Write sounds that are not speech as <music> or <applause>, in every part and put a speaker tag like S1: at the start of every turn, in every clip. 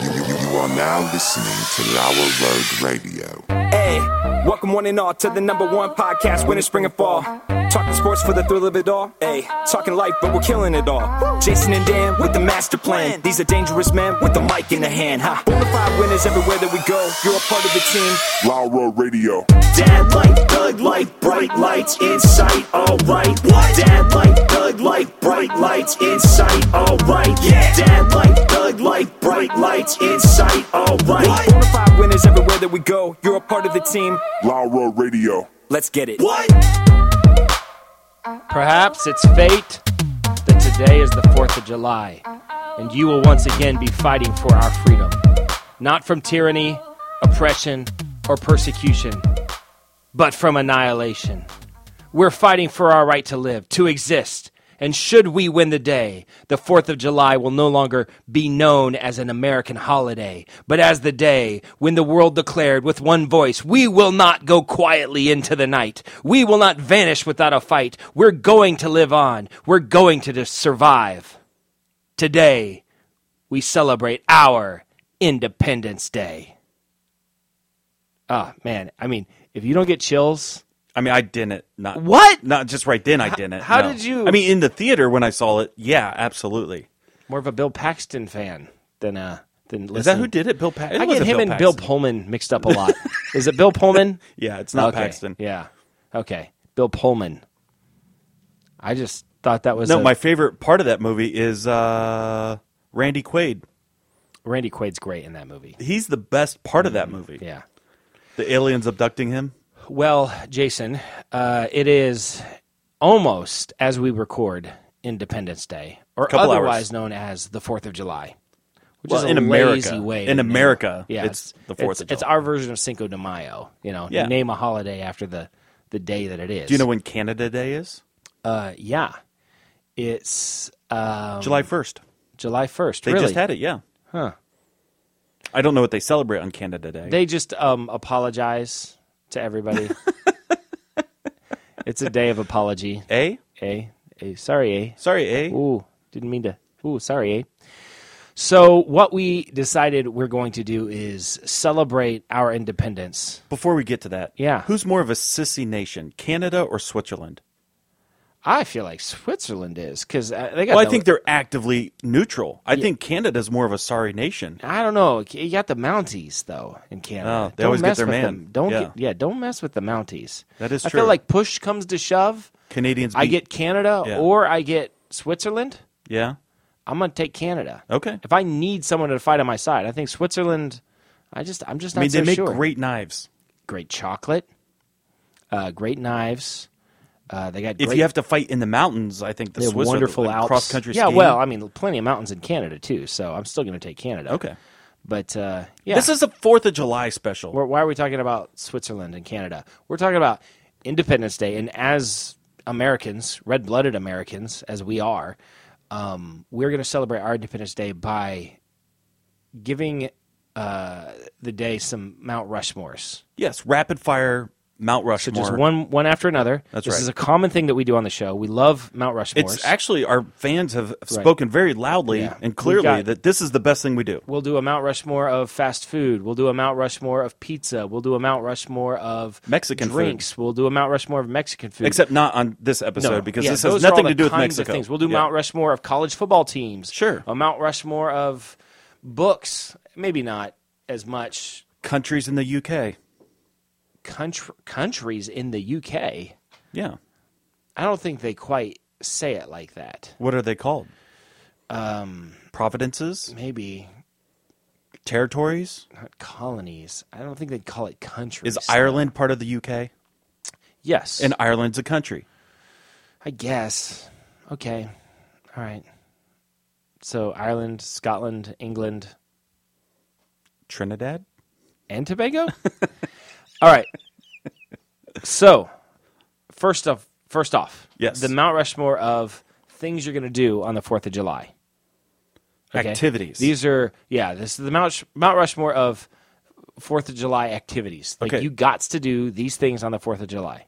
S1: are now listening to Lower Road Radio.
S2: Hey, welcome one and all to the number one podcast, winter, spring, and fall. Talking sports for the thrill of it all. Hey, talking life, but we're killing it all. Jason and Dan with the master plan. These are dangerous men with the mic in the hand. Ha! Bonafide winners everywhere that we go. You're a part of the team.
S1: Laura Radio.
S2: Dad light, thug light, bright lights in sight, alright. What? Dad light, thug light, bright lights in sight, alright. Yeah. Dad light, thug light, bright lights Oh. in sight, alright. Bonafide winners everywhere that we go. You're a part of the team.
S1: Laura Radio.
S2: Let's get it.
S3: Perhaps it's fate that today is the 4th of July, and you will once again be fighting for our freedom. Not from tyranny, oppression, or persecution, but from annihilation. We're fighting for our right to live, to exist, and should we win the day, the 4th of July will no longer be known as an American holiday, but as the day when the world declared with one voice, we will not go quietly into the night. We will not vanish without a fight. We're going to live on. We're going to just survive. Today, we celebrate our Independence Day. Ah, man. I mean, if you don't get chills,
S4: I mean, I didn't. Not
S3: What?
S4: Not just right then. I didn't.
S3: how
S4: no.
S3: did you-
S4: I mean, in the theater when I saw it. Yeah, absolutely.
S3: more of a Bill Paxton fan than uh than
S4: Is that who did it? Bill Paxton.
S3: I get him and Bill Pullman mixed up a lot. Is it Bill Pullman?
S4: Yeah, it's <laughs> not
S3: Okay,
S4: Paxton.
S3: Yeah. Okay. Bill Pullman. I just thought that was
S4: No,
S3: a-
S4: my favorite part of that movie is uh, Randy Quaid.
S3: Randy Quaid's great in that movie.
S4: He's the best part of that movie.
S3: Mm, Yeah.
S4: The aliens abducting him.
S3: Well, Jason, uh, it is almost as we record Independence Day, or
S4: Couple hours.
S3: otherwise known as the Fourth of July, which is
S4: Well,
S3: a
S4: in
S3: lazy
S4: America.
S3: way.
S4: In
S3: to
S4: America,
S3: name. yeah,
S4: it's the 4th of
S3: it's- It's
S4: July.
S3: our version of Cinco de Mayo. You know,
S4: Yeah.
S3: name a holiday after the the day that it is.
S4: Do you know when Canada Day is?
S3: Uh, yeah, it's um,
S4: July first.
S3: July first.
S4: They
S3: really?
S4: just had it. Yeah.
S3: Huh.
S4: I don't know what they celebrate on Canada Day.
S3: They just um, apologize to
S4: <laughs>
S3: everybody. it's a day of apology.
S4: a.
S3: A, a sorry, eh? a
S4: Sorry, A.
S3: Ooh, didn't mean to. Ooh, sorry, eh? So what we decided we're going to do is celebrate our independence.
S4: Before we get to that,
S3: Yeah.
S4: Who's more of a sissy nation, Canada or Switzerland?
S3: I feel like Switzerland is because they got.
S4: Well, I
S3: the-
S4: think they're actively neutral. I think Canada's more of a sorry nation.
S3: I don't know. You got the Mounties though in Canada.
S4: Oh, they always get
S3: mess
S4: their
S3: with
S4: man.
S3: them. Don't
S4: Yeah.
S3: get yeah. Don't mess with the Mounties.
S4: That is
S3: I
S4: true.
S3: feel like push comes to shove.
S4: Canadians.
S3: I
S4: beat-
S3: get Canada
S4: Yeah.
S3: or I get Switzerland.
S4: yeah.
S3: I'm gonna take Canada.
S4: Okay.
S3: If I need someone to fight on my side, I think Switzerland. I just I'm just
S4: I
S3: not
S4: mean,
S3: so
S4: they make
S3: sure.
S4: great knives.
S3: great chocolate, uh, great knives. Uh, they got
S4: If
S3: great,
S4: you have to fight in the mountains, I think the
S3: they have
S4: Swiss are the-
S3: wonderful
S4: like,
S3: Alps.
S4: cross country.
S3: Yeah,
S4: skiing.
S3: well, I mean, plenty of mountains in Canada too, so I'm still going to take Canada.
S4: okay.
S3: but uh, yeah,
S4: This is a Fourth of July special.
S3: We're- why are we talking about Switzerland and Canada? We're talking about Independence Day, and as Americans, red-blooded Americans, as we are, um, we're going to celebrate our Independence Day by giving uh, the day some Mount Rushmores.
S4: yes, rapid fire Mount Rushmore.
S3: Just one one after another.
S4: That's
S3: this
S4: right.
S3: is a common thing that we do on the show. We love Mount Rushmore.
S4: It's actually our fans have spoken very loudly
S3: Yeah.
S4: and
S3: We've
S4: clearly
S3: got-
S4: that this is the best thing we do.
S3: we'll do a Mount Rushmore of fast food. We'll do a Mount Rushmore of pizza. We'll do a Mount Rushmore of
S4: Mexican food.
S3: drinks. We'll do a Mount Rushmore of Mexican food.
S4: Except not on this episode
S3: No,
S4: because
S3: yeah,
S4: this has
S3: those are all
S4: nothing
S3: the
S4: to do with
S3: kinds of
S4: Mexico.
S3: things. We'll do
S4: Yeah.
S3: Mount Rushmore of college football teams.
S4: Sure.
S3: A Mount Rushmore of books. Maybe not as much
S4: Countries in the UK.
S3: country, countries in the UK. I
S4: Yeah.
S3: don't think they quite say it like that.
S4: What are they called? Um, Providences,
S3: Maybe
S4: territories.
S3: not colonies. I don't think they'd call it countries.
S4: Is Ireland part of the UK?
S3: Yes.
S4: And Ireland's a country.
S3: I guess. Okay. All right. So Ireland, Scotland, England,
S4: Trinidad.
S3: and Tobago.
S4: <laughs>
S3: All right. So, first off, first off,
S4: Yes.
S3: the Mount Rushmore of things you're going to do on the Fourth of July. Okay?
S4: Activities.
S3: These are yeah. This is the Mount Sh- Mount Rushmore of Fourth of July activities. Like
S4: Okay.
S3: you got to do these things on the Fourth of July.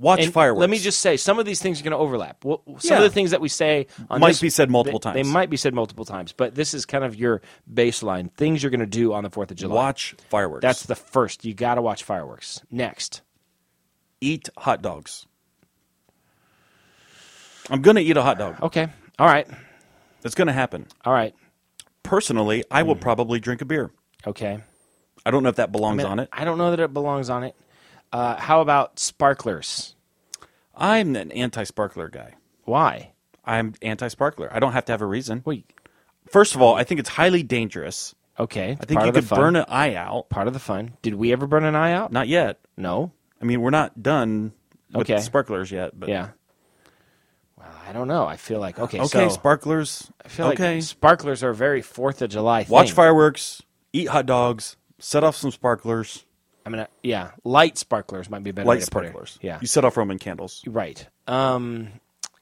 S4: Watch
S3: And
S4: fireworks.
S3: Let me just say, some of these things are going to overlap. Well, some
S4: Yeah.
S3: of the things that we say on
S4: Might
S3: this-
S4: be said multiple
S3: they- They
S4: times.
S3: might be said multiple times, but this is kind of your baseline things you're going to do on the Fourth of July.
S4: watch fireworks.
S3: That's the first. You got to watch fireworks. Next,
S4: eat hot dogs. I'm gonna eat a hot dog.
S3: okay, all right,
S4: It's gonna happen.
S3: all right,
S4: Personally, I
S3: Mm.
S4: will probably drink a beer.
S3: okay.
S4: I don't know if that belongs on it.
S3: I don't know that it belongs on it. Uh, how about sparklers?
S4: I'm an anti-sparkler guy.
S3: Why?
S4: I'm anti-sparkler. I don't have to have a reason.
S3: Wait.
S4: First of all, I think it's highly dangerous.
S3: Okay.
S4: I think you could burn an eye out.
S3: Part of the fun. Did we ever burn an eye out?
S4: Not yet.
S3: No.
S4: I mean, we're not done with
S3: Okay.
S4: sparklers yet. But
S3: Yeah. Well, I don't know. I feel like okay.
S4: Okay,
S3: so,
S4: sparklers.
S3: I feel
S4: okay.
S3: like sparklers are a very Fourth of July. Thing.
S4: Watch fireworks. Eat hot dogs. Set off some sparklers.
S3: I mean, uh, yeah, light sparklers might be a better. way
S4: Light
S3: to put it.
S4: sparklers.
S3: Yeah.
S4: You set off Roman candles.
S3: Right. Um,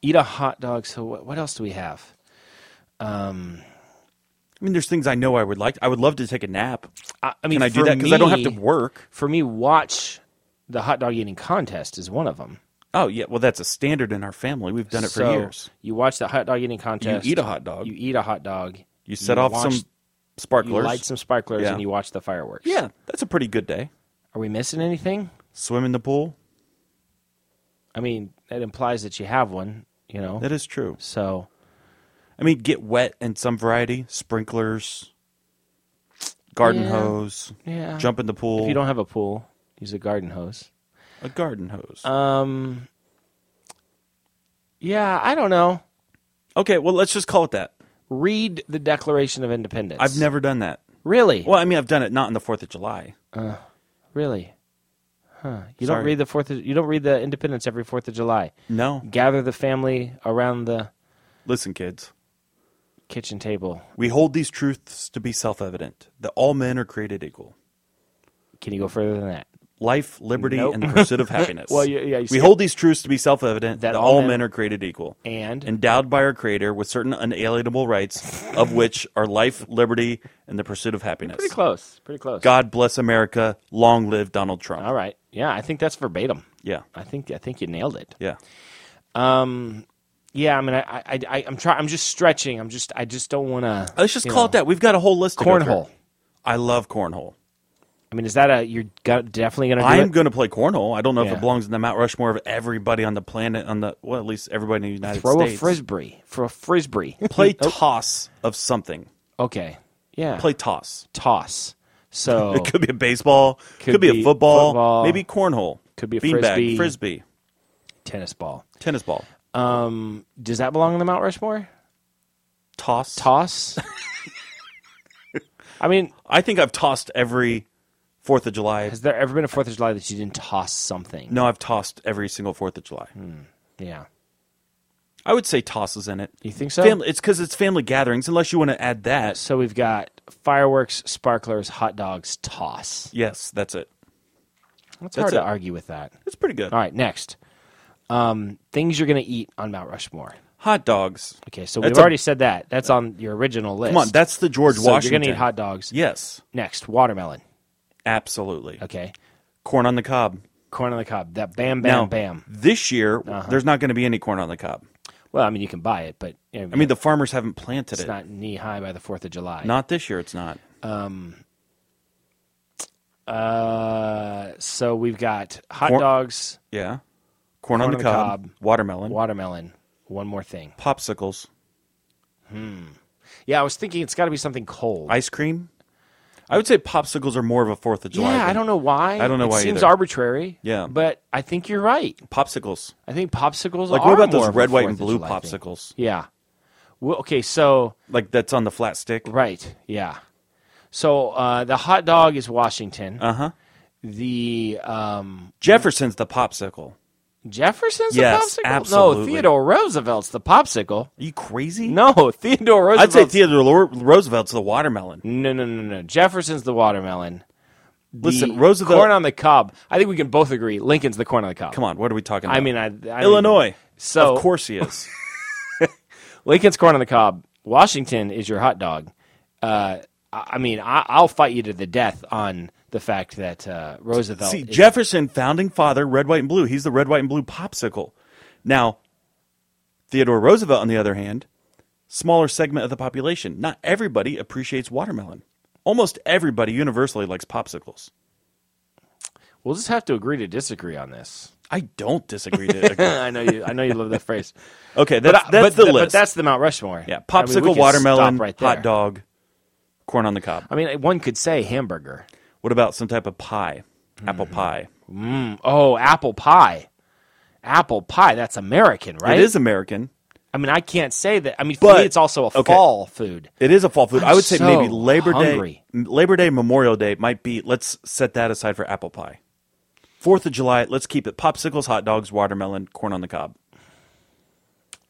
S3: eat a hot dog. So what, what else do we have?
S4: I mean, there's things I know I would like. I would love to take a nap.
S3: I, I mean,
S4: Can I do
S3: for
S4: that? Because I don't have
S3: me-
S4: to work.
S3: For me, watch the hot dog eating contest is one of them.
S4: Oh yeah. Well, that's a standard in our family. We've done it for
S3: So,
S4: years.
S3: You watch the hot dog eating contest.
S4: eat a hot dog.
S3: You eat a hot dog.
S4: You set off
S3: watch-
S4: some
S3: You
S4: sparklers.
S3: light some sparklers
S4: Yeah.
S3: and you watch the fireworks.
S4: yeah, that's a pretty good day.
S3: Are we missing anything?
S4: Swim in the pool.
S3: I mean, that implies that you have one. You know.
S4: That is true.
S3: so
S4: I mean, get wet in some variety. Sprinklers, garden
S3: Yeah.
S4: hose.
S3: Yeah.
S4: Jump in the pool.
S3: if you don't have a pool, use a garden hose.
S4: a garden hose.
S3: Um. Yeah, I don't know.
S4: okay. Well, let's just call it that.
S3: Read the Declaration of Independence.
S4: I've never done that.
S3: really,
S4: Well, I mean, I've done it not on the Fourth of July.
S3: really. Huh. You
S4: Sorry.
S3: don't read the Fourth. Of, you don't read the Independence every Fourth of July.
S4: No,
S3: Gather the family around the
S4: listen, kids.
S3: kitchen table.
S4: We hold these truths to be self-evident that all men are created equal.
S3: Can you go further than that?
S4: Life, liberty,
S3: Nope.
S4: and the
S3: <laughs>
S4: pursuit of happiness.
S3: Well, yeah, yeah, you
S4: we
S3: see-
S4: hold these truths to be self-evident that, all men are created equal
S3: And
S4: endowed by our Creator with certain unalienable rights, of which are life, liberty, and the pursuit of happiness.
S3: pretty close. Pretty close.
S4: God bless America. Long live Donald Trump.
S3: All right. Yeah, I think that's verbatim.
S4: Yeah,
S3: I think I think you nailed it.
S4: yeah.
S3: Um, yeah. I mean, I, I, I I'm trying. I'm just stretching. I'm just. I just don't want to.
S4: Let's just call it that. We've got a whole list. to go through.
S3: Cornhole.
S4: I love cornhole.
S3: I mean, is that a you're go- definitely going to do
S4: I
S3: it?
S4: am going to play cornhole. I don't know if
S3: Yeah.
S4: it belongs in the Mount Rushmore of everybody on the planet. On the well, at least everybody in the United
S3: Throw
S4: States.
S3: a frisbee. Throw a <laughs> frisbee. Oh,
S4: Play toss of something.
S3: okay. Yeah.
S4: Play toss.
S3: toss. <laughs> So
S4: It could be a baseball. Could,
S3: Could
S4: be,
S3: be
S4: a football,
S3: football.
S4: Maybe cornhole.
S3: Could be a
S4: beanbag,
S3: frisbee.
S4: frisbee,
S3: tennis ball.
S4: tennis ball,
S3: Um, does that belong in the Mount Rushmore? <laughs>
S4: toss.
S3: Toss. I mean,
S4: I think I've tossed every Fourth of July.
S3: has there ever been a Fourth of July that you didn't toss something?
S4: No, I've tossed every single Fourth of July.
S3: Hmm. Yeah.
S4: I would say tosses in it.
S3: You think so?
S4: Family, it's because it's family gatherings. Unless you want to add that.
S3: So we've got fireworks, sparklers, hot dogs, toss.
S4: Yes, that's it.
S3: It's
S4: That's
S3: hard
S4: it.
S3: to argue with that.
S4: It's pretty good.
S3: All right, next. Um, things you're going to eat on Mount Rushmore.
S4: Hot dogs.
S3: Okay, so
S4: That's
S3: we've
S4: a-
S3: already said that. That's on your original list.
S4: Come on, that's the George
S3: so
S4: Washington.
S3: You're going to eat hot dogs.
S4: Yes,
S3: Next, watermelon.
S4: absolutely.
S3: Okay.
S4: Corn on the cob.
S3: Corn on the cob. That bam, bam,
S4: now,
S3: bam. Uh-huh.
S4: This year, there's not going to be any corn on the cob.
S3: Well, I mean, you can buy it, but you know,
S4: I mean, the farmers haven't planted
S3: it's
S4: it.
S3: not knee high by the Fourth of July.
S4: Not this year. It's not.
S3: Uh, so we've got hot
S4: Corn-
S3: dogs,
S4: Yeah. Corn, on the, cob, Watermelon.
S3: watermelon. One more thing.
S4: popsicles.
S3: Yeah, I was thinking it's got to be something cold.
S4: Ice cream. I would say popsicles are more of a Fourth of July.
S3: yeah, I
S4: thing.
S3: don't know why.
S4: I don't know
S3: it
S4: why
S3: seems
S4: either.
S3: arbitrary.
S4: Yeah.
S3: but I think you're right.
S4: Popsicles.
S3: I think popsicles.
S4: Like
S3: are
S4: what about
S3: more
S4: those
S3: of a
S4: red, white, and
S3: Fourth of
S4: blue
S3: July thing.
S4: popsicles?
S3: Yeah. Well, okay, so
S4: Like that's on the flat stick.
S3: right, yeah. So uh, the hot dog is Washington.
S4: Uh huh.
S3: the um,
S4: Jefferson's the popsicle.
S3: Jefferson's the
S4: Yes,
S3: popsicle? No,
S4: absolutely.
S3: Theodore Roosevelt's the popsicle.
S4: Are you crazy?
S3: No, <laughs> Theodore
S4: I'd
S3: Roosevelt's.
S4: say Theodore Lo- Roosevelt's the watermelon.
S3: No, no, no, no. Jefferson's the watermelon. The
S4: Listen, Roosevelt.
S3: Corn on the cob. I think we can both agree. Lincoln's the corn on the cob.
S4: Come on, what are we talking about?
S3: I mean, I, I
S4: Illinois.
S3: So-
S4: of course <laughs> he is.
S3: Lincoln's corn on the cob. Washington is your hot dog. Uh, I I mean, I, I'll fight you to the death on the fact that uh, Roosevelt.
S4: See,
S3: is-
S4: Jefferson, founding father, red, white, and blue. He's the red, white, and blue popsicle. Now, Theodore Roosevelt, on the other hand, smaller segment of the population. Not everybody appreciates watermelon. Almost everybody universally likes popsicles.
S3: We'll just have to agree to disagree on this.
S4: I don't disagree
S3: <laughs>
S4: to agree.
S3: I know you. I know you love that
S4: <laughs>
S3: phrase.
S4: Okay, that's,
S3: I-
S4: that's
S3: but
S4: the
S3: th-
S4: list.
S3: But that's the Mount Rushmore.
S4: yeah,
S3: I mean, we
S4: popsicle,
S3: could
S4: watermelon,
S3: stop right there.
S4: hot dog, corn on the cob.
S3: I mean, one could say hamburger.
S4: What about some type of pie?
S3: Hmm.
S4: Apple pie. Mm.
S3: Oh, apple pie. Apple pie. That's American, right?
S4: It is American.
S3: I mean, I can't say that. I mean, for
S4: But-
S3: me, it's also a
S4: okay.
S3: fall food.
S4: It is a fall food.
S3: I'm
S4: i would say
S3: so
S4: maybe Labor
S3: hungry.
S4: Day, Labor Day, Memorial Day might be. Let's set that aside for apple pie. Fourth of July, let's keep it popsicles, hot dogs, watermelon, corn on the cob.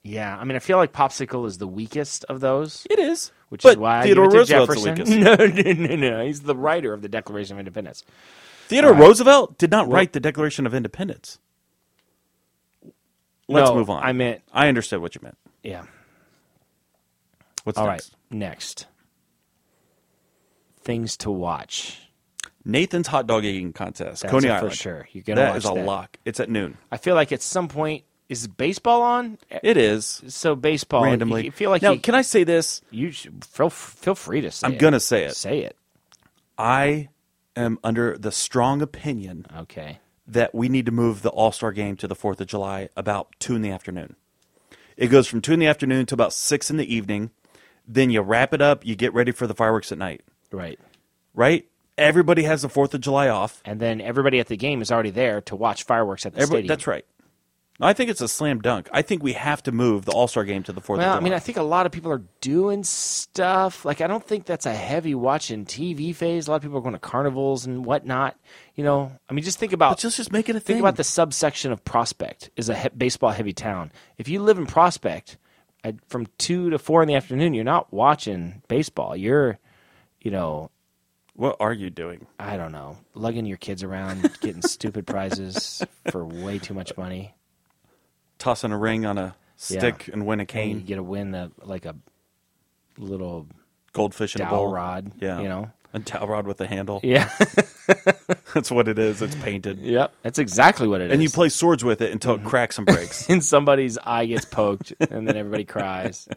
S3: Yeah. I mean, I feel like popsicle is the weakest of those,
S4: It is,
S3: which
S4: but
S3: is why
S4: Theodore
S3: I give it to
S4: Roosevelt's the
S3: Jefferson.
S4: <laughs> weakest.
S3: <laughs> no, no, no, no. He's the writer of the Declaration of Independence.
S4: Theodore Roosevelt did not write the Declaration of Independence. Let's
S3: No,
S4: move on.
S3: I meant,
S4: I understood what you meant.
S3: yeah.
S4: What's
S3: All right,
S4: next?
S3: next. Things to watch.
S4: Nathan's hot dog eating contest,
S3: That's
S4: Coney
S3: a-
S4: Island.
S3: for sure. You're gonna
S4: That
S3: watch
S4: is a
S3: that.
S4: lock. It's at noon.
S3: I feel like at some point is baseball on.
S4: It is
S3: So baseball
S4: randomly.
S3: You feel like
S4: now,
S3: you,
S4: can I say this?
S3: you should, feel feel free to say.
S4: I'm
S3: it.
S4: gonna say it.
S3: Say it.
S4: I am under the strong opinion
S3: Okay.
S4: that we need to move the All Star game to the 4th of July about 2 in the afternoon. It goes from 2 in the afternoon to about 6 in the evening. Then you wrap it up, you get ready for the fireworks at night,
S3: Right.
S4: right? Everybody has the 4th of July off.
S3: And then everybody at the game is already there to watch fireworks at the
S4: Everybody,
S3: stadium.
S4: that's right. I think it's a slam dunk. I think we have to move the All Star game to the 4th
S3: Well,
S4: of July.
S3: I mean, I think a lot of people are doing stuff. Like, I don't think that's a heavy watching TV phase. A lot of people are going to carnivals and whatnot. You know, I mean, just think about
S4: But just, just make it a thing.
S3: think about the subsection of Prospect is a he- baseball heavy town. If you live in Prospect at, from two to four in the afternoon, you're not watching baseball. You're, you know,
S4: What are you doing?
S3: I don't know, lugging your kids around, <laughs> getting stupid prizes for way too much money.
S4: Tossing a ring on a
S3: Yeah.
S4: stick and win a
S3: And you
S4: cane,
S3: get to win a like a little
S4: goldfish in a
S3: dowel
S4: bowl.
S3: rod.
S4: Yeah.
S3: you know.
S4: A towel rod with a handle.
S3: Yeah. <laughs>
S4: That's what it is. It's painted.
S3: yep. That's exactly what it is.
S4: And
S3: <laughs>
S4: you play swords with it until it
S3: Mm-hmm.
S4: cracks and breaks.
S3: and somebody's eye gets poked, and then everybody
S4: <laughs>
S3: cries.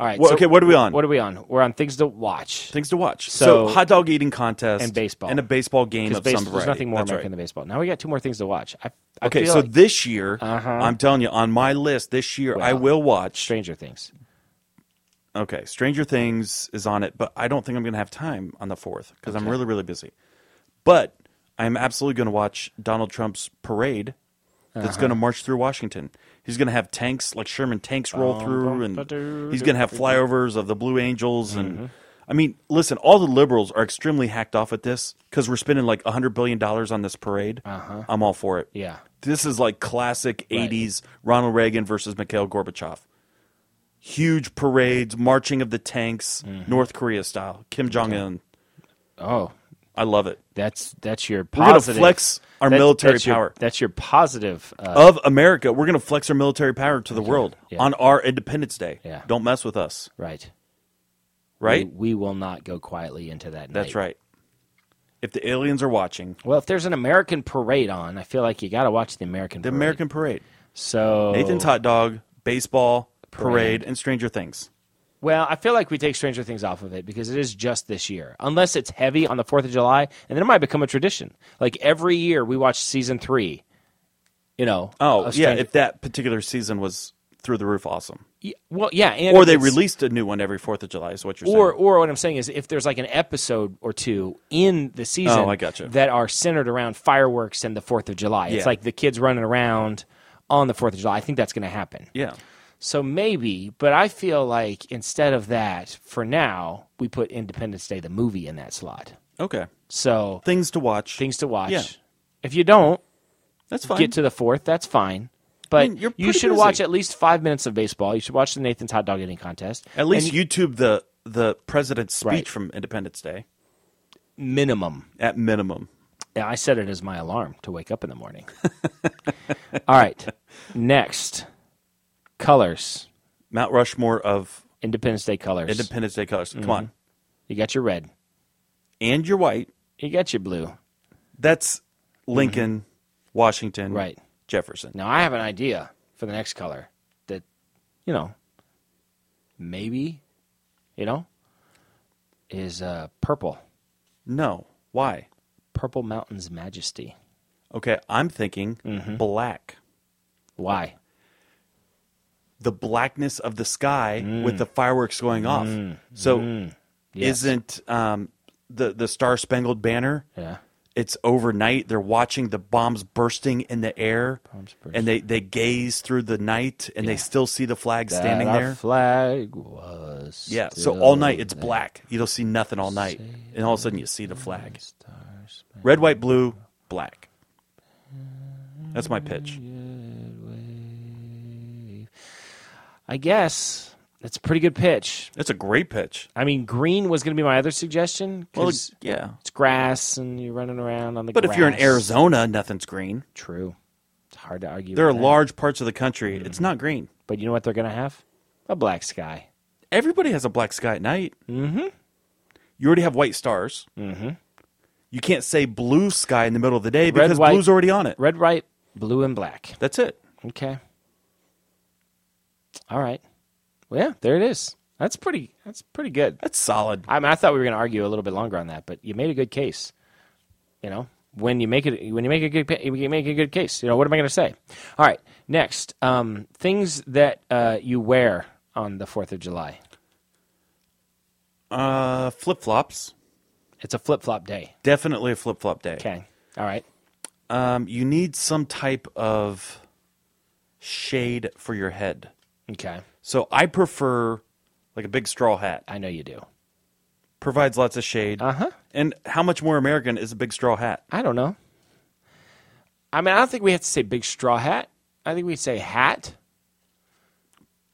S3: All right.
S4: Well,
S3: so
S4: okay, what are we on?
S3: What are we on? We're on things to watch.
S4: Things to watch.
S3: So-
S4: So, hot dog eating contest
S3: And baseball.
S4: and a baseball game
S3: Because
S4: of some
S3: base-
S4: variety.
S3: there's nothing more
S4: That's
S3: American
S4: right.
S3: than baseball. Now we got two more things to watch. I, I
S4: Okay,
S3: feel
S4: so
S3: like Uh-huh.
S4: this year, I'm telling you, on my list this year, I
S3: Well,
S4: will watch.
S3: Stranger Things.
S4: okay, Stranger Things is on it, but I don't think I'm going to have time on the fourth because I'm really, really busy. But I'm absolutely going to watch Donald Trump's parade. That's going to
S3: Uh-huh.
S4: march through Washington. He's going to have tanks like Sherman tanks roll through,
S3: bum,
S4: and he's going to have flyovers of the Blue Angels.
S3: Mm-hmm.
S4: And I mean, listen, all the liberals are extremely hacked off at this because we're spending like hundred billion dollars on this parade. I'm all for it.
S3: Uh-huh. Yeah.
S4: This is like classic 80s Ronald Reagan versus Mikhail Gorbachev. Huge parades, marching of the tanks,
S3: Mm-hmm.
S4: North Korea style, Kim Jong un.
S3: Oh,
S4: I love it.
S3: that's that's your
S4: We're going to
S3: positive.
S4: flex our
S3: that-
S4: military
S3: that's your-
S4: power.
S3: that's your positive. Uh,
S4: of America, we're going to flex our military power to the world
S3: Yeah.
S4: on our Independence Day.
S3: Yeah.
S4: Don't mess with us,
S3: right.
S4: right?
S3: We, we will not go quietly into that.
S4: That's
S3: night.
S4: right. If the aliens are watching,
S3: Well, if there's an American parade on, I feel like you got to watch the American.
S4: the
S3: parade.
S4: American parade,
S3: So
S4: Nathan's hot dog, baseball,
S3: Parade.
S4: parade, and Stranger Things.
S3: Well, I feel like we take Stranger Things off of it because it is just this year, unless it's heavy on the Fourth of July, and then it might become a tradition. Like every year, we watch season three. You know.
S4: Oh,
S3: of
S4: yeah.
S3: Stranger-
S4: If that particular season was through the roof, awesome.
S3: Y- well, yeah, and
S4: or
S3: if
S4: they
S3: it's-
S4: released a new one every Fourth of July. Is what you're
S3: Or,
S4: saying?
S3: or what I'm saying is, if there's like an episode or two in the season
S4: Oh, I gotcha.
S3: that are centered around fireworks and the Fourth of July, it's
S4: Yeah.
S3: like the kids running around on the Fourth of July. I think that's going to happen.
S4: yeah,
S3: So maybe, but I feel like instead of that, for now, we put Independence Day the movie in that slot.
S4: okay.
S3: So
S4: Things to watch.
S3: things to watch.
S4: Yeah.
S3: If you don't
S4: That's fine.
S3: get to the fourth, that's fine. But
S4: mean, you're
S3: you
S4: pretty
S3: should
S4: busy.
S3: watch at least five minutes of baseball. You should watch the Nathan's hot dog eating contest.
S4: At least YouTube the the president's speech
S3: Right.
S4: from Independence Day
S3: minimum.
S4: at minimum.
S3: Yeah, I set it as my alarm to wake up in the morning. <laughs> All right. Next, colors.
S4: Mount Rushmore of
S3: Independence Day colors. Mm-hmm.
S4: Independence Day colors. Come on,
S3: you got your red.
S4: and your white
S3: He got you blue.
S4: That's Lincoln, Washington,
S3: Mm-hmm. Right.
S4: Jefferson.
S3: Now I have an idea for the next color that, you know, maybe, you know, is uh, purple.
S4: No. Why?
S3: Purple Mountain's Majesty.
S4: Okay, I'm thinking
S3: Mm-hmm.
S4: black.
S3: Why?
S4: The blackness of the sky with the fireworks going off. So
S3: Mm. Yes.
S4: isn't um, the the Star Spangled Banner?
S3: Yeah.
S4: It's overnight. They're watching the bombs bursting in the air,
S3: Bombs bursting.
S4: and they, they gaze through the night, and they still see the flag standing
S3: That our
S4: there.
S3: flag was.
S4: Yeah. So
S3: still
S4: all night it's
S3: there.
S4: black. You don't see nothing all night, and all of a sudden you see the flag. Red, white, blue, black. That's my pitch.
S3: I guess that's a pretty good pitch.
S4: That's a great pitch.
S3: I mean, green was going to be my other suggestion
S4: Well,
S3: 'cause
S4: yeah.
S3: it's grass and you're running around on the.
S4: But if you're in
S3: grass.
S4: Arizona, nothing's green.
S3: true. It's hard to argue.
S4: There are
S3: with that.
S4: large parts of the country.
S3: Mm.
S4: It's not green.
S3: But you know what they're going to have? A black sky.
S4: Everybody has a black sky at night. Mm-hmm. You already have white stars. Mm-hmm. You can't say blue sky in the middle of the day because
S3: white-
S4: blue's already on it.
S3: Red, white, blue, and black.
S4: That's it.
S3: Okay. All right. Well, yeah, there it is. That's pretty. That's pretty good.
S4: That's solid.
S3: I mean, I thought we were going to argue a little bit longer on that, but you made a good case. You know, when you make it, when you make a good, pa- you make a good case. You know, what am I going to say? All right, next, um, things that uh, you wear on the Fourth of July.
S4: Uh, flip flops.
S3: It's a flip flop day.
S4: Definitely a flip flop day.
S3: Okay. All right.
S4: Um, you need some type of shade for your head.
S3: Okay.
S4: So I prefer like a big straw hat.
S3: I know you do.
S4: Provides lots of shade.
S3: Uh huh.
S4: And how much more American is a big straw hat?
S3: I don't know. I mean, I don't think we have to say big straw hat. I think we say hat.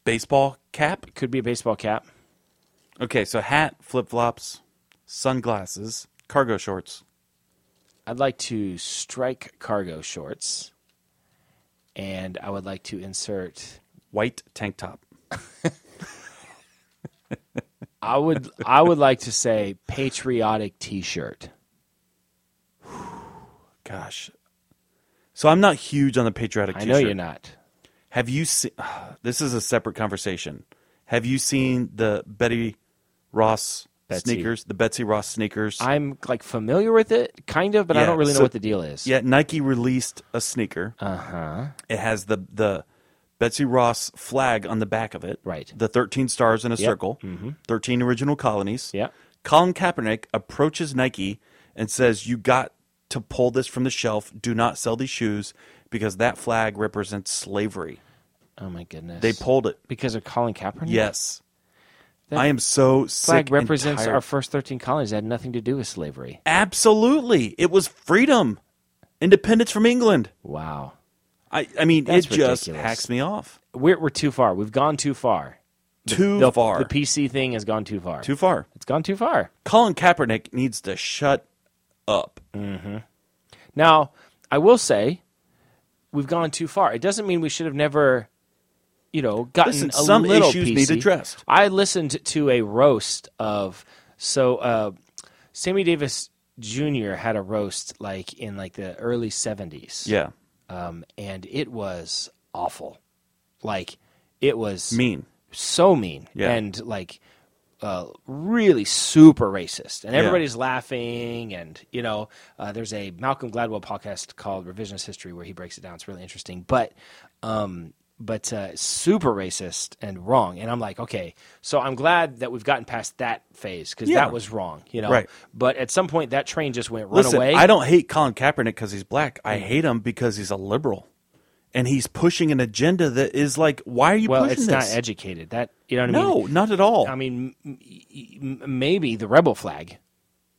S4: Baseball cap?
S3: Could be a baseball cap.
S4: Okay, so hat, flip flops, sunglasses, cargo shorts.
S3: I'd like to strike cargo shorts, and I would like to insert.
S4: white tank top.
S3: I would. I would like to say patriotic T-shirt.
S4: Gosh. So I'm not huge on the patriotic
S3: I
S4: t-shirt.
S3: know you're not.
S4: Have you seen <sighs> this is a separate conversation. Have you seen the Betty Ross
S3: Betsy.
S4: sneakers, the Betsy Ross sneakers?
S3: I'm like familiar with it, kind of, but I
S4: Yeah,
S3: don't really know
S4: so-
S3: what the deal is.
S4: yeah, Nike released a sneaker.
S3: Uh huh.
S4: It has the the Betsy Ross flag on the back of it.
S3: Right. Mm-hmm.
S4: The 13 stars in a circle. 13 original colonies.
S3: Yeah.
S4: Colin Kaepernick approaches Nike and says, "You got to pull this from the shelf. Do not sell these shoes because that flag represents slavery."
S3: Oh my goodness.
S4: They pulled it.
S3: because they're calling Kaepernick.
S4: Yes.
S3: That
S4: I am so sick.
S3: Flag
S4: and
S3: represents
S4: tired.
S3: our first 13 colonies. That had nothing to do with slavery.
S4: Absolutely. It was freedom. Independence from England.
S3: Wow.
S4: I, I mean,
S3: That's
S4: it just
S3: ridiculous.
S4: hacks me off.
S3: We're we're too far. We've gone too far.
S4: too
S3: The-
S4: far.
S3: The PC thing has gone too far.
S4: too far.
S3: It's gone too far.
S4: Colin Kaepernick needs to shut up.
S3: Now, I will say, we've gone too far. It doesn't mean we should have never, you know, gotten
S4: Listen,
S3: a
S4: some
S3: little
S4: issues need
S3: PC.
S4: addressed.
S3: I listened to a roast of so uh, Sammy Davis Jr. had a roast like in like the early seventies,
S4: Yeah.
S3: um, and it was awful. Like it was
S4: Mean.
S3: so mean
S4: Yeah.
S3: and like uh, really super racist and everybody's laughing and you know uh, there's a malcolm gladwell podcast called revisionist history where he breaks it down it's really interesting but um, but uh, super racist and wrong and i'm like okay so i'm glad that we've gotten past that phase because
S4: Yeah.
S3: that was wrong you know
S4: Right.
S3: but at some point that train just went
S4: Listen,
S3: run away Mm.
S4: I don't hate Colin Kaepernick because he's black. I hate him because he's a liberal. And he's pushing an agenda that is like, why are you
S3: well
S4: pushing
S3: it's not
S4: this?
S3: educated that you know what i mean
S4: no, not at all.
S3: i mean m- m- m- maybe the rebel flag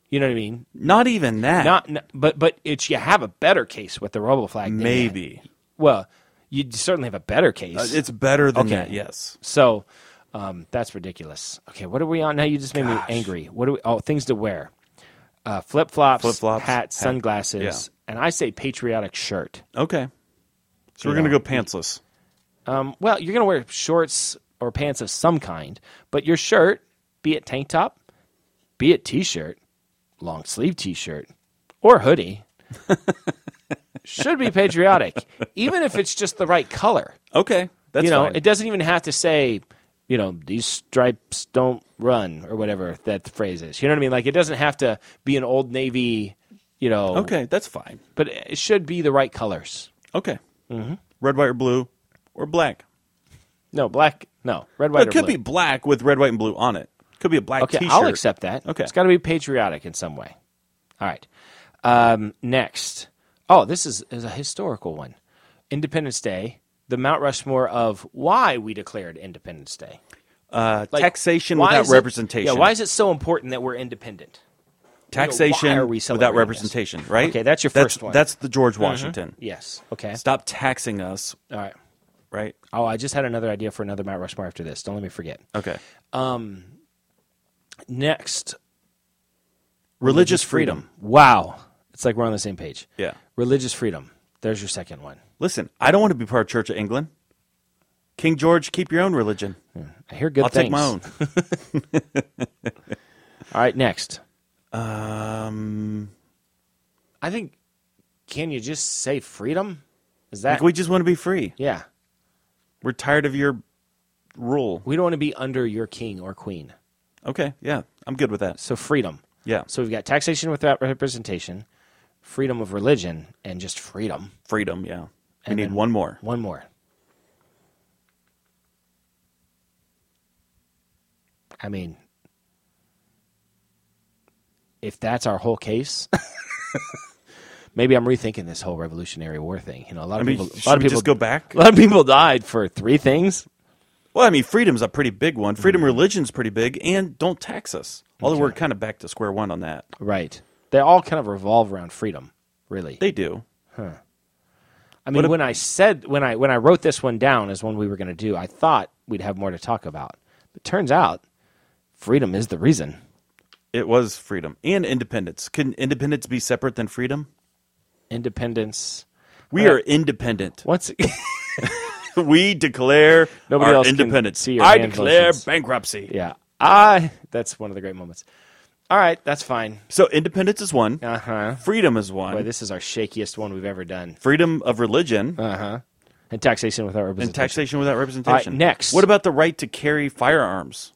S3: you know what i mean
S4: not even that.
S3: <laughs> not, n but but it's you have a better case with the rebel flag. than that.
S4: Maybe.
S3: Well, you certainly have a better case.
S4: Uh, It's better than
S3: Okay.
S4: that, yes.
S3: so um, that's ridiculous. Okay, what are we on now? You just made me angry. What do we? Oh, things to wear: uh, flip flops,
S4: Flip-flops, hat.
S3: hats, sunglasses, and I say patriotic shirt.
S4: Okay.
S3: You
S4: So we're going to
S3: know.
S4: go pantsless.
S3: Um, well, you're gonna wear shorts or pants of some kind, but your shirt, be it tank top, be it t-shirt, long sleeve t-shirt, or hoodie
S4: <laughs>
S3: should be patriotic, even if it's just the right color.
S4: Okay, that's
S3: you know,
S4: fine.
S3: it doesn't even have to say, you know, these stripes don't run or whatever that phrase is. You know what I mean? Like it doesn't have to be an old navy, you know.
S4: okay, that's fine.
S3: But it should be the right colors.
S4: Okay,
S3: Mm-hmm.
S4: red, white, or blue, or black.
S3: No, black. No, red, white,
S4: It
S3: or
S4: could
S3: blue.
S4: be black with red, white, and blue on it. Could be a black
S3: okay,
S4: T-shirt.
S3: I'll accept that.
S4: Okay.
S3: it's got to be patriotic in some way. All right. Um, next, oh, this is, is a historical one. Independence Day, the Mount Rushmore of why we declared Independence Day.
S4: Uh,
S3: Like,
S4: taxation
S3: why
S4: without
S3: is it-
S4: representation.
S3: yeah, why is it so important that we're independent?
S4: taxation
S3: why are we
S4: without
S3: celebrating
S4: representation? Right.
S3: Okay, that's your
S4: that's,
S3: first one. Mm-hmm.
S4: That's the George Washington.
S3: Yes. Okay.
S4: Stop taxing us.
S3: All right.
S4: Right.
S3: Oh, I just had another idea for another Mount Rushmore after this. Don't let me forget.
S4: Okay.
S3: Next,
S4: Religious freedom.
S3: Wow. It's like we're on the same page.
S4: Yeah.
S3: Religious freedom. There's your second one.
S4: Listen, I don't want to be part of Church of England. King George, keep your own religion.
S3: I hear good
S4: I'll
S3: things.
S4: take my own.
S3: All right, next. Um, I think. Can you just say freedom? Is that
S4: Like, we just want to be free.
S3: yeah?
S4: We're tired of your rule.
S3: We don't want to be under your king or queen.
S4: Okay, yeah, I'm good with that.
S3: So freedom.
S4: Yeah,
S3: So we've got taxation without representation, freedom of religion, and just freedom.
S4: freedom. Yeah, we
S3: And
S4: need
S3: then-
S4: one more.
S3: One more. I mean, if that's our whole case, <laughs> maybe I'm rethinking this whole Revolutionary War thing. You know, a lot
S4: I
S3: of
S4: mean,
S3: people,
S4: should
S3: a lot of
S4: we
S3: people
S4: just go
S3: <laughs>
S4: back?
S3: A lot of people died for three things.
S4: Well, I mean, freedom's a pretty big one. Freedom,
S3: Mm-hmm.
S4: of religion's pretty big, and don't tax us. Although we're kind of back to square one on that.
S3: Right. They all kind of revolve around freedom, really.
S4: They do.
S3: I mean,
S4: What ab-
S3: when I said when I when I wrote this one down as one we were going to do, I thought we'd have more to talk about. But turns out, freedom is the reason.
S4: It was freedom and independence. Can independence be separate than freedom?
S3: Independence.
S4: We
S3: Uh,
S4: are independent.
S3: Once
S4: <laughs> we declare
S3: Nobody
S4: our
S3: else can
S4: independence.
S3: see your
S4: I
S3: hand
S4: declare
S3: motions.
S4: bankruptcy.
S3: yeah, I. That's one of the great moments. All right, that's fine.
S4: So independence is one.
S3: Uh huh.
S4: Freedom is one.
S3: Boy, this is our shakiest one we've ever done.
S4: freedom of religion
S3: Uh huh. And taxation without
S4: and
S3: representation.
S4: taxation without
S3: All right,
S4: representation.
S3: next.
S4: What about the right to carry firearms?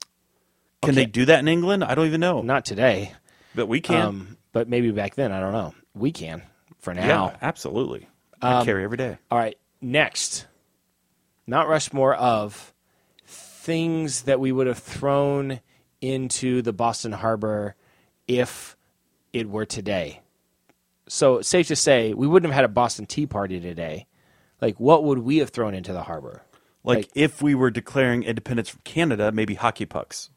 S4: Can
S3: Okay.
S4: they do that in England? I don't even know.
S3: Not today.
S4: but we can.
S3: Um, but maybe back then, I don't know. We can for now.
S4: yeah, absolutely.
S3: Um,
S4: I carry every day.
S3: All right, next. Not Rushmore of things that we would have thrown into the Boston Harbor if it were today. So, safe to say, we wouldn't have had a Boston Tea Party today. Like, what would we have thrown into the harbor?
S4: Like,
S3: like-
S4: if we were declaring independence from Canada, maybe hockey pucks.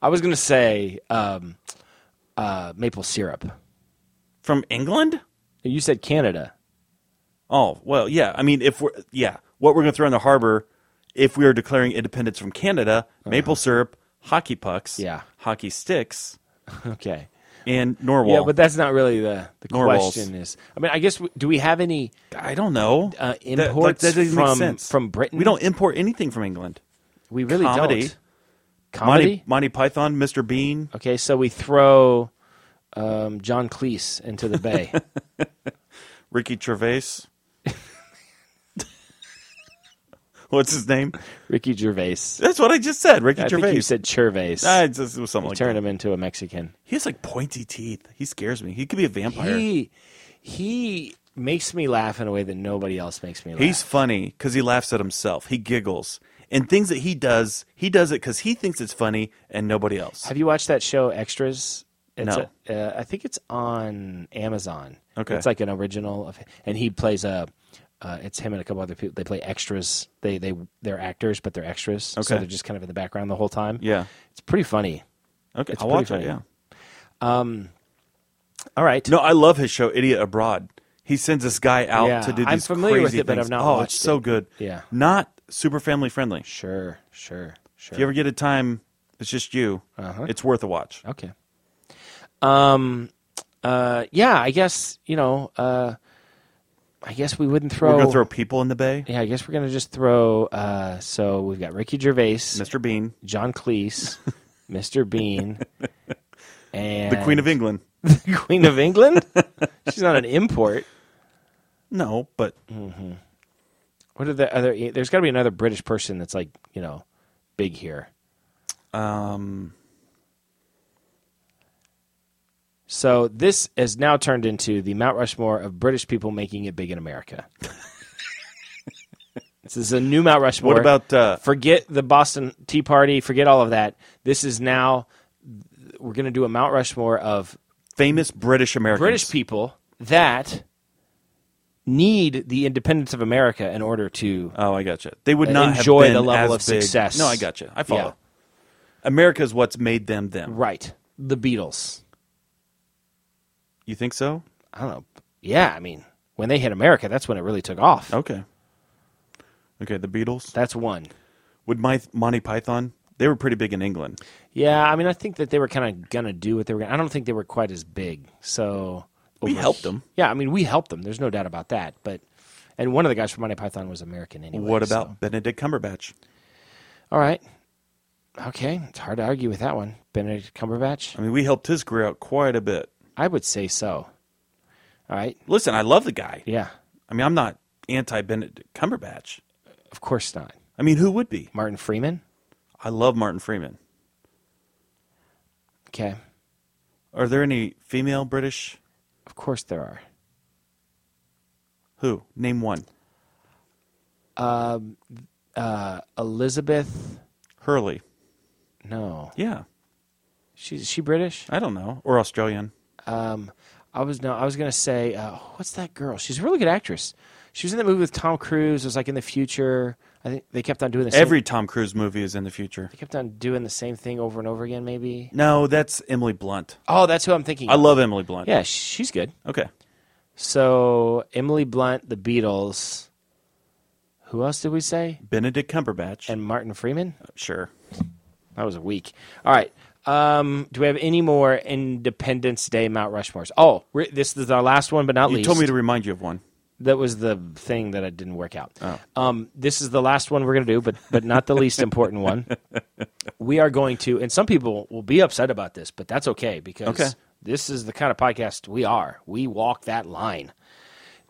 S3: I was going to say um, uh, maple syrup.
S4: From England?
S3: You said Canada. <laughs>
S4: Oh, well, yeah. I mean, if we're, yeah, what we're going to throw in the harbor if we are declaring independence from Canada, maple syrup, hockey pucks,
S3: Uh-huh. Yeah.
S4: hockey sticks,
S3: Okay.
S4: and Norwal.
S3: Yeah, but that's not really the, the
S4: Norwals.
S3: question. Is I mean, I guess we- do we have any?
S4: I don't know.
S3: Uh,
S4: That-
S3: imports
S4: that, doesn't
S3: from-
S4: make sense.
S3: from Britain?
S4: We don't import anything from England.
S3: We really
S4: Comedy.
S3: don't. Comedy.
S4: Monty, Monty Python, Mr. Bean.
S3: Okay, so we throw um, John Cleese into the
S4: <laughs>
S3: bay.
S4: Ricky Gervais. <laughs> What's his name?
S3: Ricky Gervais.
S4: That's what I just said. Ricky
S3: I
S4: Gervais.
S3: think you said Gervais.
S4: Ah, it's just- it was something like
S3: Turn
S4: that.
S3: him into a Mexican.
S4: He has like pointy teeth. He scares me. He could be a vampire.
S3: He he makes me laugh in a way that nobody else makes me laugh.
S4: He's funny because he laughs at himself. He giggles. And things that he does, he does it because he thinks it's funny and nobody else.
S3: Have you watched that show Extras? It's
S4: No.
S3: a- uh, I think it's on Amazon.
S4: Okay.
S3: It's like an original of, and he plays a. Uh, it's him and a couple other people. They play extras. They they they're actors, but they're extras. So
S4: Okay.
S3: they're just kind of in the background the whole time.
S4: yeah.
S3: It's pretty funny.
S4: Okay.
S3: It's
S4: I'll
S3: pretty
S4: watch
S3: funny.
S4: it. Yeah.
S3: All right.
S4: No, I love his show, Idiot Abroad. He sends this guy out
S3: Yeah,
S4: to do these
S3: I'm familiar
S4: crazy
S3: with it,
S4: things.
S3: but I've not
S4: oh,
S3: watched
S4: it's so
S3: it.
S4: good.
S3: Yeah.
S4: not super family friendly. If
S3: Sure, sure, sure. Uh-huh.
S4: you ever get a time, it's just you. It's worth a watch.
S3: okay. Um. Uh. Yeah. I guess you know. Uh. I guess we wouldn't throw.
S4: We're gonna throw people in the bay.
S3: Yeah. I guess we're gonna just throw. Uh. So we've got Ricky Gervais,
S4: Mr. Bean, <laughs>
S3: John Cleese, Mr. Bean, and
S4: the Queen of England. <laughs>
S3: The <laughs> Queen of England? She's not an import.
S4: No, but
S3: What are the other? There's got to be another British person that's like you know, big here.
S4: um,
S3: So this has now turned into the Mount Rushmore of British people making it big in
S4: <laughs>
S3: America. this is a new Mount Rushmore.
S4: what about uh,
S3: forget the Boston Tea Party? Forget all of that. This is now we're going to do a Mount Rushmore of
S4: famous British Americans?
S3: British people that need the independence of America in order to
S4: Oh, I gotcha. They would
S3: Uh,
S4: not have
S3: enjoy
S4: been
S3: the level
S4: as
S3: of
S4: big-
S3: success.
S4: No, I gotcha. I follow.
S3: Yeah.
S4: America is what's made them them.
S3: right the Beatles.
S4: You think so?
S3: I don't know. Yeah, I mean, when they hit America, that's when it really took off.
S4: Okay. Okay, the Beatles.
S3: That's one.
S4: Would my Monty Python? They were pretty big in England.
S3: Yeah, I mean, I think that they were kind of gonna do what they were. Gonna, I don't think they were quite as big. So
S4: We helped them.
S3: Yeah, I mean, we helped them. There's no doubt about that. But and one of the guys from Monty Python was American anyway.
S4: what
S3: so-
S4: about Benedict Cumberbatch?
S3: All right. Okay, it's hard to argue with that one. Benedict Cumberbatch.
S4: I mean, we helped his career out quite a bit.
S3: I would say so. All right.
S4: Listen, I love the guy.
S3: Yeah.
S4: I mean, I'm not anti Benedict Cumberbatch.
S3: Of course not.
S4: I mean, who would be?
S3: Martin Freeman.
S4: I love Martin Freeman.
S3: Okay.
S4: Are there any female British?
S3: Of course there are.
S4: Who? Name one.
S3: Elizabeth.
S4: Hurley.
S3: No.
S4: Yeah.
S3: She's is she British?
S4: I don't know. Or Australian.
S3: Um, I was no, I was gonna say, uh, what's that girl? She's a really good actress. She was in the movie with Tom Cruise. It was like in the future. I think they kept on doing the same,
S4: Every Tom Cruise movie is in the future.
S3: They kept on doing the same thing over and over again. Maybe.
S4: No, that's Emily Blunt.
S3: Oh, that's who I'm thinking.
S4: I
S3: of.
S4: love Emily Blunt.
S3: Yeah, sh- she's good.
S4: Okay.
S3: So Emily Blunt, The Beatles. Who else did we say?
S4: Benedict Cumberbatch.
S3: And Martin Freeman.
S4: sure.
S3: That was a week. All right. Um, do we have any more Independence Day Mount Rushmores? Oh, re- this is our last one, but not
S4: You
S3: least.
S4: told me to remind you of one.
S3: That was the thing that I didn't work out. Um, this is the last one we're going to do, but but not the least important one. We are going to, and some people will be upset about this, but that's okay because
S4: Okay.
S3: this is the kind of podcast we are. We walk that line.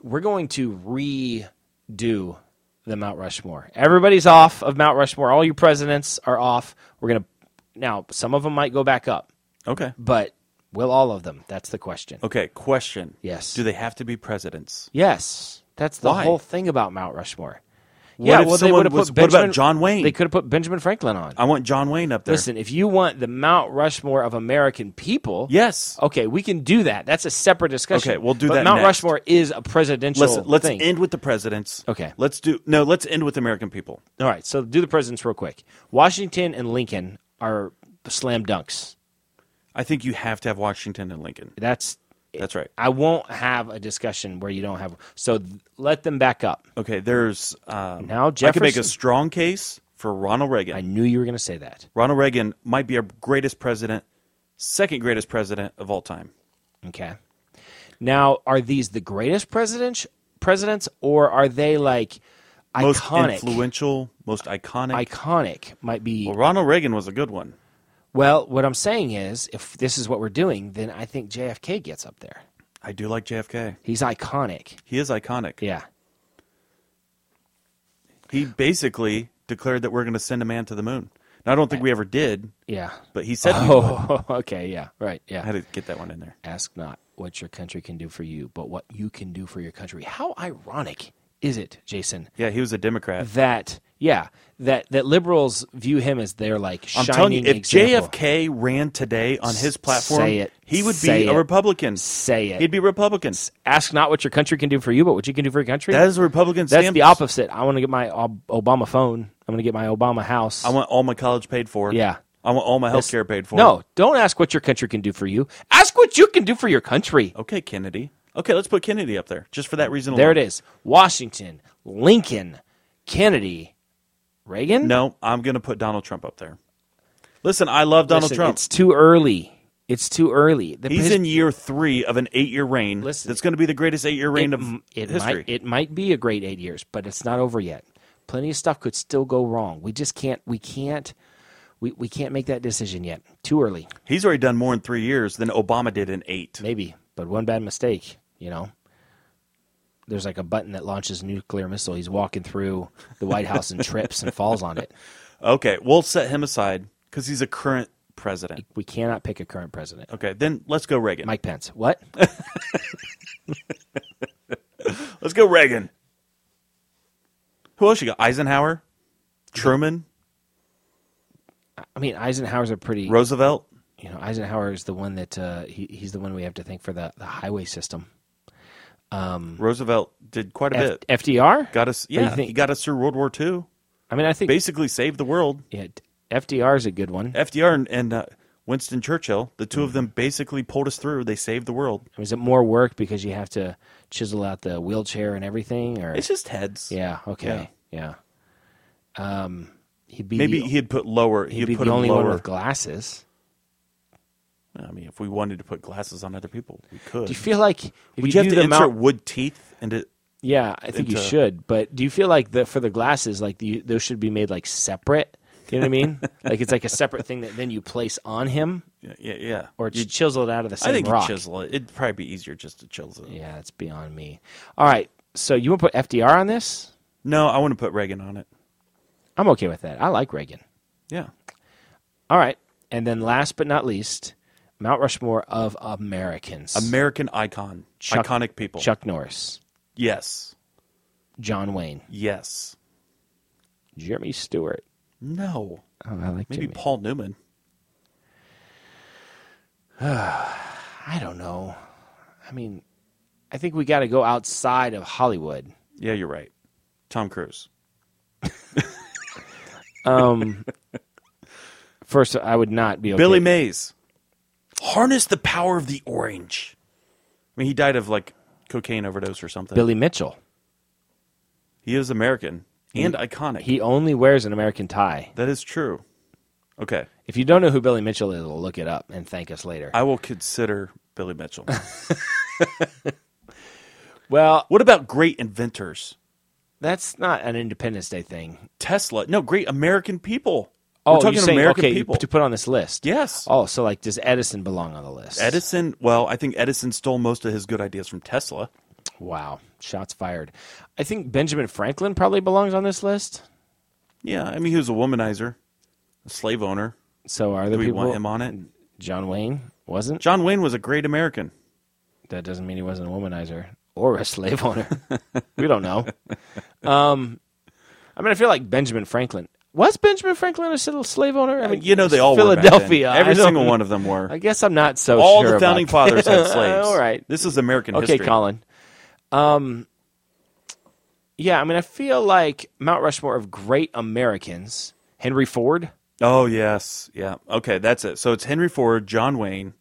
S3: We're going to redo the Mount Rushmore. Everybody's off of Mount Rushmore. All your presidents are off. We're going to now. Some of them might go back up,
S4: Okay.
S3: but will all of them? That's the question.
S4: Okay. Question.
S3: Yes.
S4: Do they have to be presidents?
S3: Yes, that's the
S4: Why?
S3: whole thing about Mount Rushmore.
S4: What if someone
S3: would've
S4: was- what about John Wayne?
S3: They could have put Benjamin Franklin on.
S4: I want John Wayne up there.
S3: Listen, if you want the Mount Rushmore of American people,
S4: Yes.
S3: okay, we can do that. That's a separate discussion.
S4: Okay, we'll do
S3: But
S4: that
S3: Mount
S4: next.
S3: Rushmore is a presidential
S4: Listen, let's
S3: thing.
S4: end with the presidents.
S3: Okay.
S4: Let's do no. Let's end with American people.
S3: All right, so do the presidents real quick. Washington and Lincoln are slam dunks.
S4: I think you have to have Washington and Lincoln.
S3: That's
S4: That's right.
S3: I won't have a discussion where you don't have. So th- let them back up.
S4: Okay. There's um,
S3: Now
S4: I could make
S3: Jefferson-
S4: a strong case for Ronald Reagan.
S3: I knew you were going to say that.
S4: Ronald Reagan might be our greatest president, second greatest president of all time.
S3: Okay. Now, are these the greatest presidents, presidents, or are they like
S4: Most
S3: iconic?
S4: influential, most iconic.
S3: Iconic might be.
S4: well, Ronald Reagan was a good one.
S3: Well, what I'm saying is, if this is what we're doing, then I think JFK gets up there.
S4: I do like JFK.
S3: He's iconic.
S4: He is iconic.
S3: Yeah.
S4: He basically declared that we're going to send a man to the moon. Now, I don't think we ever did,
S3: Yeah.
S4: but
S3: <laughs>
S4: he said we would.
S3: Oh, okay. Yeah. Right.
S4: I had
S3: Yeah.
S4: to get that one in there.
S3: Ask not what your country can do for you, but what you can do for your country. How ironic is it, Jason,
S4: Yeah, he was a Democrat.
S3: that, yeah, that, that liberals view him as their like
S4: I'm
S3: shining
S4: telling you, if
S3: example.
S4: JFK ran today on his platform,
S3: say it.
S4: he would
S3: Say
S4: be a
S3: it.
S4: Republican.
S3: Say it.
S4: He'd be Republican.
S3: ask not what your country can do for you, but what you can do for your country.
S4: That is a Republican
S3: That's
S4: stance.
S3: the opposite. I want to get my Ob- Obama phone. I'm going to get my Obama house.
S4: I want all my college paid for.
S3: Yeah.
S4: I want all my health care paid for.
S3: No, don't ask what your country can do for you. Ask what you can do for your country.
S4: Okay, Kennedy. Okay, let's put Kennedy up there just for that reason alone.
S3: There it is. Washington, Lincoln, Kennedy, Reagan.
S4: No, I'm going to put Donald Trump up there. Listen, I love Donald
S3: Listen,
S4: Trump.
S3: It's too early. It's too early. The-
S4: He's
S3: his-
S4: in year three of an eight year reign.
S3: Listen.
S4: that's going to be the greatest eight year reign
S3: it,
S4: of
S3: m- it
S4: history.
S3: might it might be a great eight years, but it's not over yet. Plenty of stuff could still go wrong. We just can't we can't we, we can't make that decision yet. Too early,
S4: He's already done more in three years than Obama did in eight.
S3: maybe, but one bad mistake, you know. There's like a button that launches a nuclear missile. He's walking through the White House and trips and falls on it.
S4: Okay, we'll set him aside because he's a current president.
S3: We cannot pick a current president.
S4: Okay, then let's go Reagan.
S3: Mike Pence. What?
S4: Let's go Reagan. Who else you got? Eisenhower, Truman,
S3: I mean, Eisenhower's a pretty.
S4: Roosevelt.
S3: you know, Eisenhower is the one that uh, he, he's the one we have to thank for the, the highway system.
S4: Roosevelt did quite a
S3: F-
S4: bit.
S3: FDR.
S4: Got us,
S3: you
S4: yeah.
S3: think-
S4: he got us through World War II.
S3: I mean, I think
S4: Basically, saved the world.
S3: yeah, FDR is a good one.
S4: FDR and, and uh, Winston Churchill, the two of
S3: Mm-hmm.
S4: them, basically pulled us through. They saved the world.
S3: Is it more work because you have to chisel out the wheelchair and everything? Or
S4: It's just heads.
S3: yeah, okay, yeah. Um, he'd be
S4: Maybe
S3: the,
S4: he'd put lower. He'd,
S3: he'd be
S4: put
S3: the
S4: him
S3: only
S4: lower.
S3: one with glasses.
S4: I mean, if we wanted to put glasses on other people, we could.
S3: Do you feel like if
S4: Would
S3: you,
S4: you,
S3: do
S4: have
S3: the
S4: to insert
S3: Mount-
S4: wood teeth into?
S3: yeah, I think you
S4: into-
S3: should. But do you feel like the for the glasses, like the, those should be made like separate? You know what I
S4: <laughs>
S3: mean? like it's like a separate thing that then you place on him,
S4: Yeah, yeah. yeah.
S3: or it's chiseled out of the same
S4: I think
S3: rock.
S4: you chisel it. It'd probably be easier just to chisel it.
S3: Yeah, it's beyond me. All right, so you want to put FDR on this?
S4: No, I want to put Reagan on it.
S3: I'm okay with that. I like Reagan.
S4: Yeah.
S3: All right, and then last but not least, Mount Rushmore of Americans:
S4: American icon,
S3: Chuck-
S4: iconic people.
S3: Chuck Norris,
S4: Yes.
S3: John Wayne,
S4: Yes.
S3: Jimmy Stewart.
S4: No.
S3: Oh, I like
S4: Maybe
S3: Jimmy.
S4: Paul Newman.
S3: I don't know. I mean, I think we got to go outside of Hollywood.
S4: Yeah, you're right. Tom Cruise.
S3: Um,
S4: <laughs>
S3: First, I would not be okay.
S4: Billy Mays. Harness the power of the orange. I mean, he died of like cocaine overdose or something.
S3: Billy Mitchell.
S4: He is American and iconic.
S3: He only wears an American tie.
S4: that is true. Okay.
S3: If you don't know who Billy Mitchell is, look it up and thank us later.
S4: I will consider Billy Mitchell.
S3: well,
S4: what about great inventors?
S3: that's not an Independence Day thing.
S4: Tesla. No, great American people.
S3: Oh,
S4: We're talking
S3: you're saying,
S4: American
S3: okay,
S4: people.
S3: to put on this list.
S4: Yes.
S3: Oh, so like, does Edison belong on the list?
S4: Edison, well, I think Edison stole most of his good ideas from Tesla.
S3: Wow. Shots fired. I think Benjamin Franklin probably belongs on this list.
S4: Yeah, I mean, he was a womanizer, a slave owner.
S3: So are there
S4: Do we
S3: people?
S4: want him on it?
S3: John Wayne wasn't.
S4: John Wayne was a great American.
S3: That doesn't mean he wasn't a womanizer or a <laughs> slave owner. we don't know. Um, I mean, I feel like Benjamin Franklin was Benjamin Franklin a sil- slave owner. I mean,
S4: Uh, You know, they all were. back then.
S3: Philadelphia.
S4: Every
S3: I don't-
S4: single one of them <laughs> were.
S3: I guess I'm not so.
S4: All
S3: sure
S4: the founding
S3: about that.
S4: fathers
S3: <laughs>
S4: had slaves.
S3: All right.
S4: This is American
S3: Okay,
S4: history.
S3: Colin. Um, yeah, I mean, I feel like Mount Rushmore of great Americans, Henry Ford,
S4: Oh, yes. Yeah. Okay, that's it. So it's Henry Ford, John Wayne,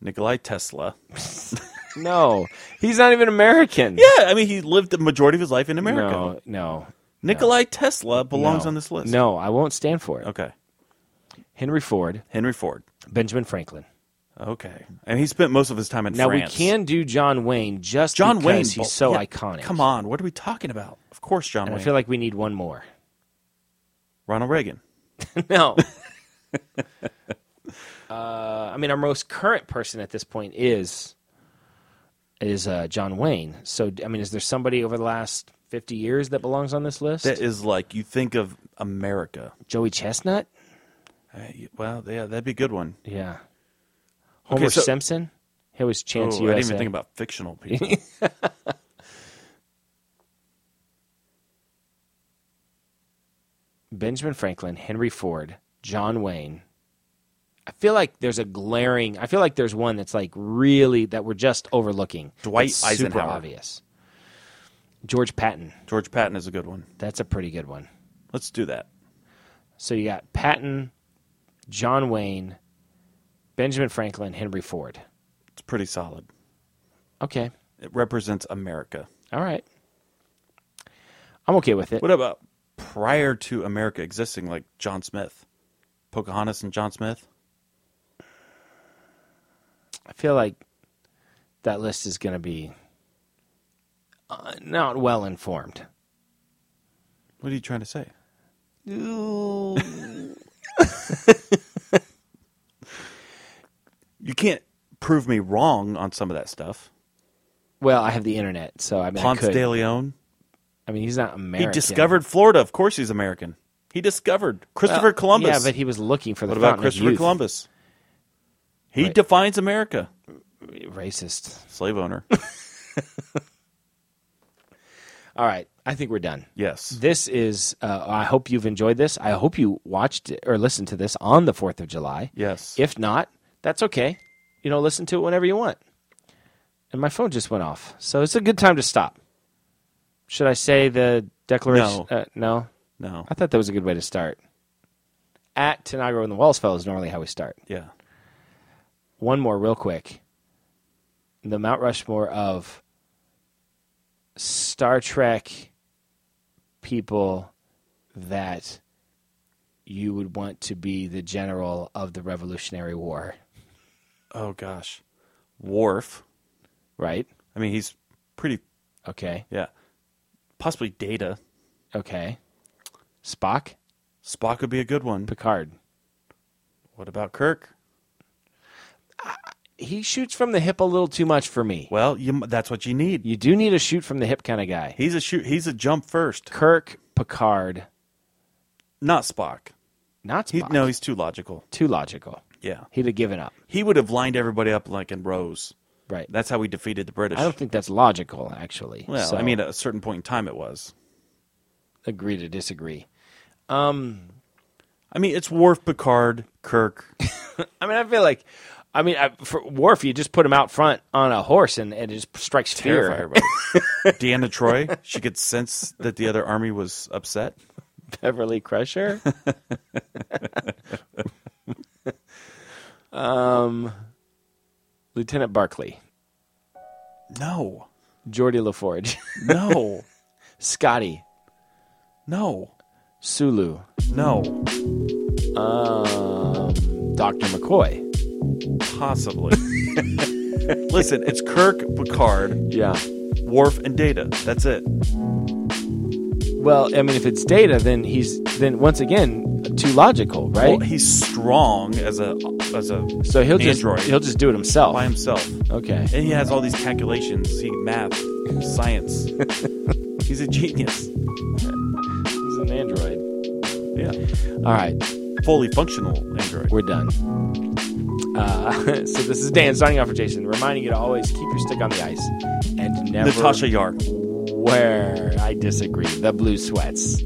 S4: Nikolai Tesla.
S3: no, he's not even American.
S4: Yeah, I mean, he lived the majority of his life in America.
S3: No, no.
S4: Nikolai Tesla belongs
S3: no.
S4: on this list.
S3: No, I won't stand for it.
S4: Okay.
S3: Henry Ford,
S4: Henry Ford.
S3: Benjamin Franklin.
S4: Okay. And he spent most of his time in
S3: Now
S4: France.
S3: we can do John Wayne just
S4: John
S3: because
S4: Wayne. bo-
S3: he's so
S4: yeah,
S3: iconic.
S4: Come on. What are we talking about? Of course, John
S3: And I
S4: Wayne.
S3: feel like we need one more. <laughs>
S4: Ronald Reagan.
S3: no. <laughs> uh, I mean, our most current person at this point is is uh, John Wayne. So, I mean, is there somebody over the last fifty years that belongs on this list?
S4: That uh, is like you think of America.
S3: Joey Chestnut,
S4: Hey, Well, yeah, that'd be a good one.
S3: yeah. Homer
S4: so-
S3: Simpson, he was
S4: Oh, I
S3: Chance
S4: didn't
S3: USA.
S4: even think about
S3: <laughs>
S4: fictional people.
S3: Benjamin Franklin, Henry Ford, John Wayne. I feel like there's a glaring. I feel like there's one that's like really that we're just overlooking.
S4: Dwight
S3: That's Super
S4: Eisenhower.
S3: obvious. George Patton.
S4: George Patton is a good one.
S3: That's a pretty good one.
S4: Let's do that.
S3: So you got Patton, John Wayne, Benjamin Franklin, Henry Ford.
S4: It's pretty solid.
S3: Okay.
S4: It represents America.
S3: All right. I'm okay with it.
S4: What about prior to America existing, like John Smith, Pocahontas, and John Smith?
S3: I feel like that list is going to be uh, not well informed.
S4: What are you trying to say? <laughs> you can't prove me wrong on some of that stuff.
S3: Well, I have the internet, so I mean, I
S4: Ponce
S3: could.
S4: de Leon.
S3: I mean, he's not American.
S4: He discovered Florida. Of course, he's American. He discovered Christopher
S3: Well,
S4: Columbus.
S3: Yeah, but he was looking for the.
S4: what about
S3: fountain of
S4: Christopher
S3: youth.
S4: Columbus? He
S3: Right.
S4: defines America.
S3: Racist. <laughs>
S4: Slave owner.
S3: All right, I think we're done.
S4: yes.
S3: This is. Uh, I hope you've enjoyed this. I hope you watched it or listened to this on the Fourth of July.
S4: Yes.
S3: If not, that's okay. You know, listen to it whenever you want. And my phone just went off, so it's a good time to stop. Should I say the declaration?
S4: No.
S3: Uh, no.
S4: no.
S3: I thought that was a good way to start. At Tanagra and the Walls Fellow is normally how we start.
S4: Yeah.
S3: One more, real quick. The Mount Rushmore of Star Trek people that you would want to be the general of the Revolutionary War,
S4: Oh gosh. Worf.
S3: right?
S4: I mean, he's pretty.
S3: Okay.
S4: Yeah. Possibly Data.
S3: Okay. Spock,
S4: Spock would be a good one.
S3: Picard.
S4: What about Kirk?
S3: He shoots from the hip a little too much for me.
S4: Well, you, that's what you need.
S3: You do need a shoot from the hip kind of guy.
S4: He's a shoot. He's a jump first,
S3: Kirk, Picard,
S4: not Spock.
S3: not
S4: He,
S3: Spock.
S4: no, he's too logical.
S3: too logical.
S4: Yeah,
S3: He'd have given up.
S4: he would have lined everybody up like in rows.
S3: Right.
S4: That's how we defeated the British.
S3: I don't think that's logical, actually.
S4: well,
S3: So,
S4: I mean, at a certain point in time, it was.
S3: agree to disagree.
S4: I mean, it's Worf, Picard,
S3: <laughs>
S4: Kirk.
S3: I mean, I feel like, I mean, I, for Worf, you just put him out front on a horse and, and it just strikes <laughs>
S4: terrify
S3: fear
S4: everybody. Deanna Troy. She could sense that the other army was upset.
S3: Beverly <laughs> Crusher. um, Um, Lieutenant Barclay,
S4: No,
S3: Geordie LaForge, <laughs>
S4: no,
S3: Scotty,
S4: no,
S3: Sulu,
S4: no.
S3: um, Dr. McCoy.
S4: Possibly. <laughs> Listen, it's Kirk, Picard,
S3: Yeah.
S4: Worf, and Data. That's it.
S3: Well, I mean, if it's data, then he's, then once again, too logical, right?
S4: Well, he's strong as a as a
S3: so he'll just,
S4: android
S3: he'll just do it himself.
S4: by himself,
S3: Okay.
S4: and he has all these calculations. He math,
S3: <laughs>
S4: science. he's a genius.
S3: He's an android.
S4: Yeah,
S3: All right,
S4: fully functional android.
S3: we're done. Uh, <laughs> so this is Dan signing off for Jason, reminding you to always keep your stick on the ice and never
S4: Natasha Yar.
S3: wear. I disagree. The blue sweats.